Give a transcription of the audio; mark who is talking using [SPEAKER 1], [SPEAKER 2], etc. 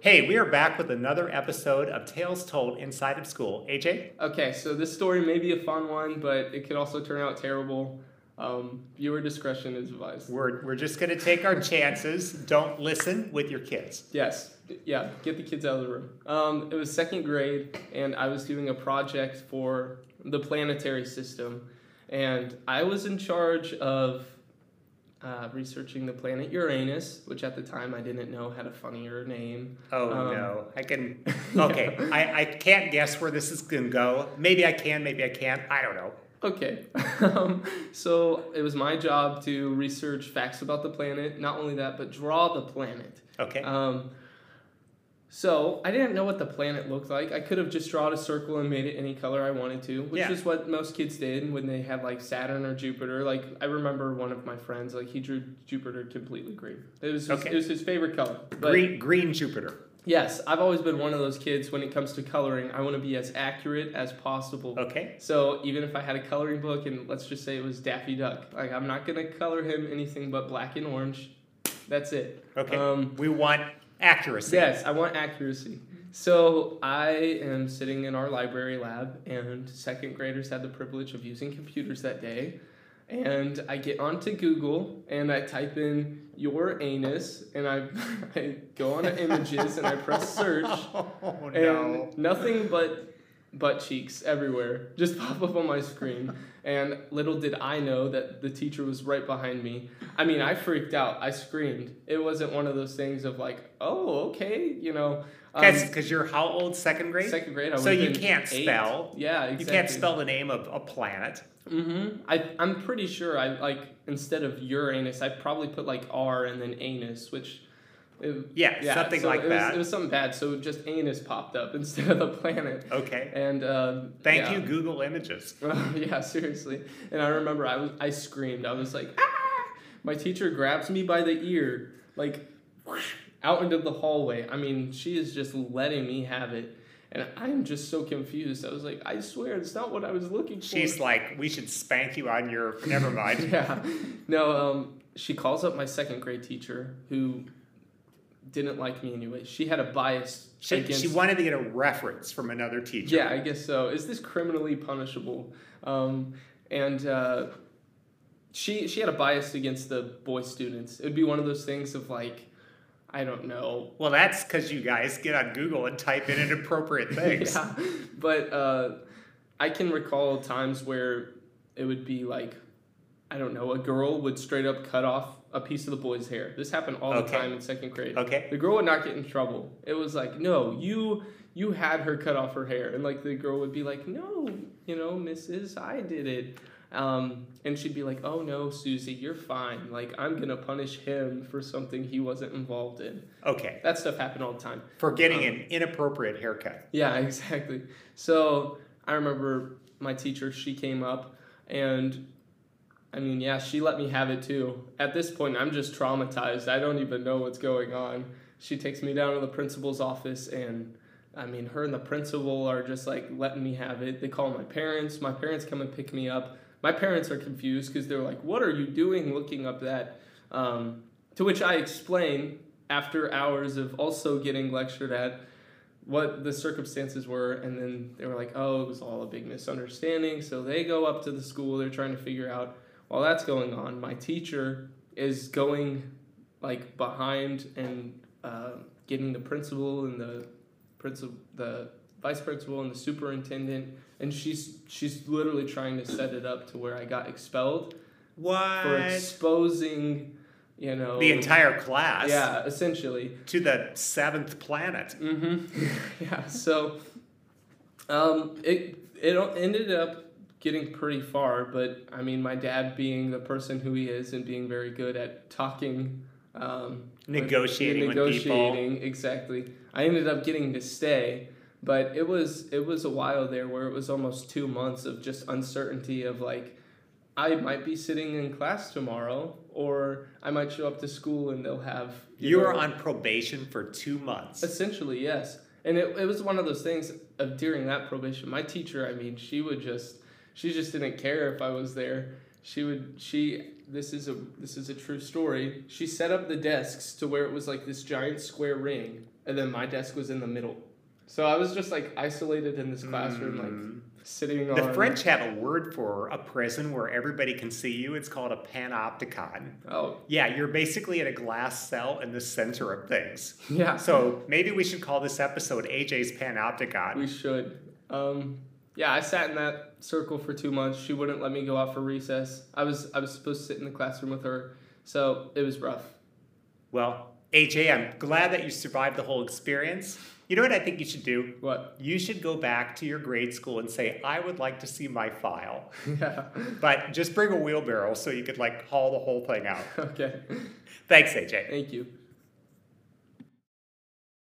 [SPEAKER 1] Hey, we are back with another episode of Tales Told Inside of School. AJ?
[SPEAKER 2] Okay, so this story may be a fun one, but it could also turn out terrible. Um, viewer discretion is advised.
[SPEAKER 1] We're, we're just going to take our chances. Don't listen with your kids.
[SPEAKER 2] Yes, yeah, get the kids out of the room. Um, it was second grade, and I was doing a project for the planetary system, and I was in charge of uh, researching the planet Uranus, which at the time I didn't know had a funnier name.
[SPEAKER 1] Oh,
[SPEAKER 2] Um,
[SPEAKER 1] no. I can. Okay. I, I can't guess where this is going to go. Maybe I can, maybe I can't. I don't know.
[SPEAKER 2] Okay. um, so it was my job to research facts about the planet. Not only that, but draw the planet.
[SPEAKER 1] Okay.
[SPEAKER 2] Um, so I didn't know what the planet looked like. I could have just drawn a circle and made it any color I wanted to, which
[SPEAKER 1] Yeah.
[SPEAKER 2] is what most kids did when they had like Saturn or Jupiter. Like I remember one of my friends, like he drew Jupiter completely green. It was his,
[SPEAKER 1] Okay.
[SPEAKER 2] it was his favorite color. But
[SPEAKER 1] green, green Jupiter.
[SPEAKER 2] yes, I've always been one of those kids when it comes to coloring. I want to be as accurate as possible.
[SPEAKER 1] Okay.
[SPEAKER 2] So even if I had a coloring book and let's just say it was Daffy Duck, like I'm not gonna color him anything but black and orange. That's it.
[SPEAKER 1] Okay.
[SPEAKER 2] Um,
[SPEAKER 1] we want accuracy.
[SPEAKER 2] yes, I want accuracy. So I am sitting in our library lab, and second graders had the privilege of using computers that day. And I get onto Google and I type in your anus, and I, I go on to images and I press search
[SPEAKER 1] Oh,
[SPEAKER 2] and um,
[SPEAKER 1] no.
[SPEAKER 2] nothing but butt cheeks everywhere just pop up on my screen and little did i know that the teacher was right behind me i mean i freaked out i screamed it wasn't one of those things of like oh okay you know um,
[SPEAKER 1] Because you're how old? Second grade?
[SPEAKER 2] second grade I
[SPEAKER 1] so
[SPEAKER 2] would've
[SPEAKER 1] you
[SPEAKER 2] been
[SPEAKER 1] can't
[SPEAKER 2] eight.
[SPEAKER 1] spell.
[SPEAKER 2] yeah
[SPEAKER 1] you
[SPEAKER 2] exactly.
[SPEAKER 1] can't spell the name of a planet.
[SPEAKER 2] mm-hmm I, i'm pretty sure i like instead of uranus i probably put like r and then anus which it,
[SPEAKER 1] Yeah, something
[SPEAKER 2] so
[SPEAKER 1] like
[SPEAKER 2] it was-
[SPEAKER 1] that.
[SPEAKER 2] it was something bad so just anus popped up instead of the planet
[SPEAKER 1] Okay.
[SPEAKER 2] and um,
[SPEAKER 1] Thank
[SPEAKER 2] yeah.
[SPEAKER 1] you, Google Images.
[SPEAKER 2] yeah, seriously. And I remember I was I screamed. I was like, ah! My teacher grabs me by the ear, like whoosh, out into the hallway. I mean, she is just letting me have it. And I'm just so confused. I was like, I swear it's not what I was looking for.
[SPEAKER 1] She's like, we should spank you on your. Never mind.
[SPEAKER 2] yeah. No, um, she calls up my second grade teacher who didn't like me anyway. She had a bias
[SPEAKER 1] She,
[SPEAKER 2] against
[SPEAKER 1] she wanted to get a reference from another teacher.
[SPEAKER 2] Yeah, I guess so. Is this criminally punishable? Um, and uh, she she had a bias against the boy students. It would be one of those things of like, I don't know.
[SPEAKER 1] Well, that's because you guys get on Google and type in inappropriate things.
[SPEAKER 2] yeah, but uh, I can recall times where it would be like, I don't know, a girl would straight up cut off a piece of the boy's hair. This happened all
[SPEAKER 1] Okay.
[SPEAKER 2] the time in second grade.
[SPEAKER 1] Okay.
[SPEAKER 2] The girl would not get in trouble. It was like, no, you you had her cut off her hair, and like the girl would be like, no, you know, Mrs. I did it, um, and she'd be like, oh no, Susie, you're fine. Like I'm gonna punish him for something he wasn't involved in.
[SPEAKER 1] Okay.
[SPEAKER 2] That stuff happened all the time.
[SPEAKER 1] For getting an inappropriate haircut.
[SPEAKER 2] Yeah, exactly. So I remember my teacher, she came up and I mean, yeah, she let me have it too. At this point, I'm just traumatized. I don't even know what's going on. She takes me down to the principal's office and I mean, her and the principal are just like letting me have it. They call my parents. My parents come and pick me up. My parents are confused because they're like, "What are you doing looking up that?" Um, to which I explain after hours of also getting lectured at what the circumstances were, and then they were like, "Oh, it was all a big misunderstanding." So they go up to the school. They're trying to figure out. While that's going on, my teacher is going like behind and uh, getting the principal and the principal, the vice principal and the superintendent, and she's she's literally trying to set it up to where I got expelled for
[SPEAKER 1] What?
[SPEAKER 2] exposing, you know,
[SPEAKER 1] The entire class
[SPEAKER 2] yeah, essentially.
[SPEAKER 1] to the seventh planet.
[SPEAKER 2] Mm-hmm. yeah. So, um, it it ended up getting pretty far, but I mean, my dad being the person who he is and being very good at talking, um, with-
[SPEAKER 1] Negotiating with
[SPEAKER 2] negotiating exactly. I ended up getting to stay, but it was it was a while there where it was almost two months of just uncertainty of like. I might be sitting in class tomorrow, or I might show up to school and they'll have
[SPEAKER 1] You were
[SPEAKER 2] know,
[SPEAKER 1] on probation for two months.
[SPEAKER 2] Essentially, yes. And it, it was one of those things of during that probation, my teacher, I mean, she would just she just didn't care if I was there. She would she this is a this is a true story. She set up the desks to where it was like this giant square ring and then my desk was in the middle. So I was just like isolated in this classroom, like sitting
[SPEAKER 1] Mm. The
[SPEAKER 2] on
[SPEAKER 1] French have a word for a prison where everybody can see you. It's called a panopticon.
[SPEAKER 2] Oh
[SPEAKER 1] Yeah, you're basically in a glass cell in the center of things.
[SPEAKER 2] yeah,
[SPEAKER 1] So maybe we should call this episode AJ's Panopticon.
[SPEAKER 2] we should. Um, yeah, I sat in that circle for two months. She wouldn't let me go out for recess. I was I was supposed to sit in the classroom with her, so it was rough.
[SPEAKER 1] Well, AJ, I'm glad that you survived the whole experience. You know what I think you should do?
[SPEAKER 2] What?
[SPEAKER 1] You should go back to your grade school and say, I would like to see my file.
[SPEAKER 2] yeah.
[SPEAKER 1] But just bring a wheelbarrow so you could like haul the whole thing out.
[SPEAKER 2] Okay.
[SPEAKER 1] Thanks, AJ.
[SPEAKER 2] Thank you.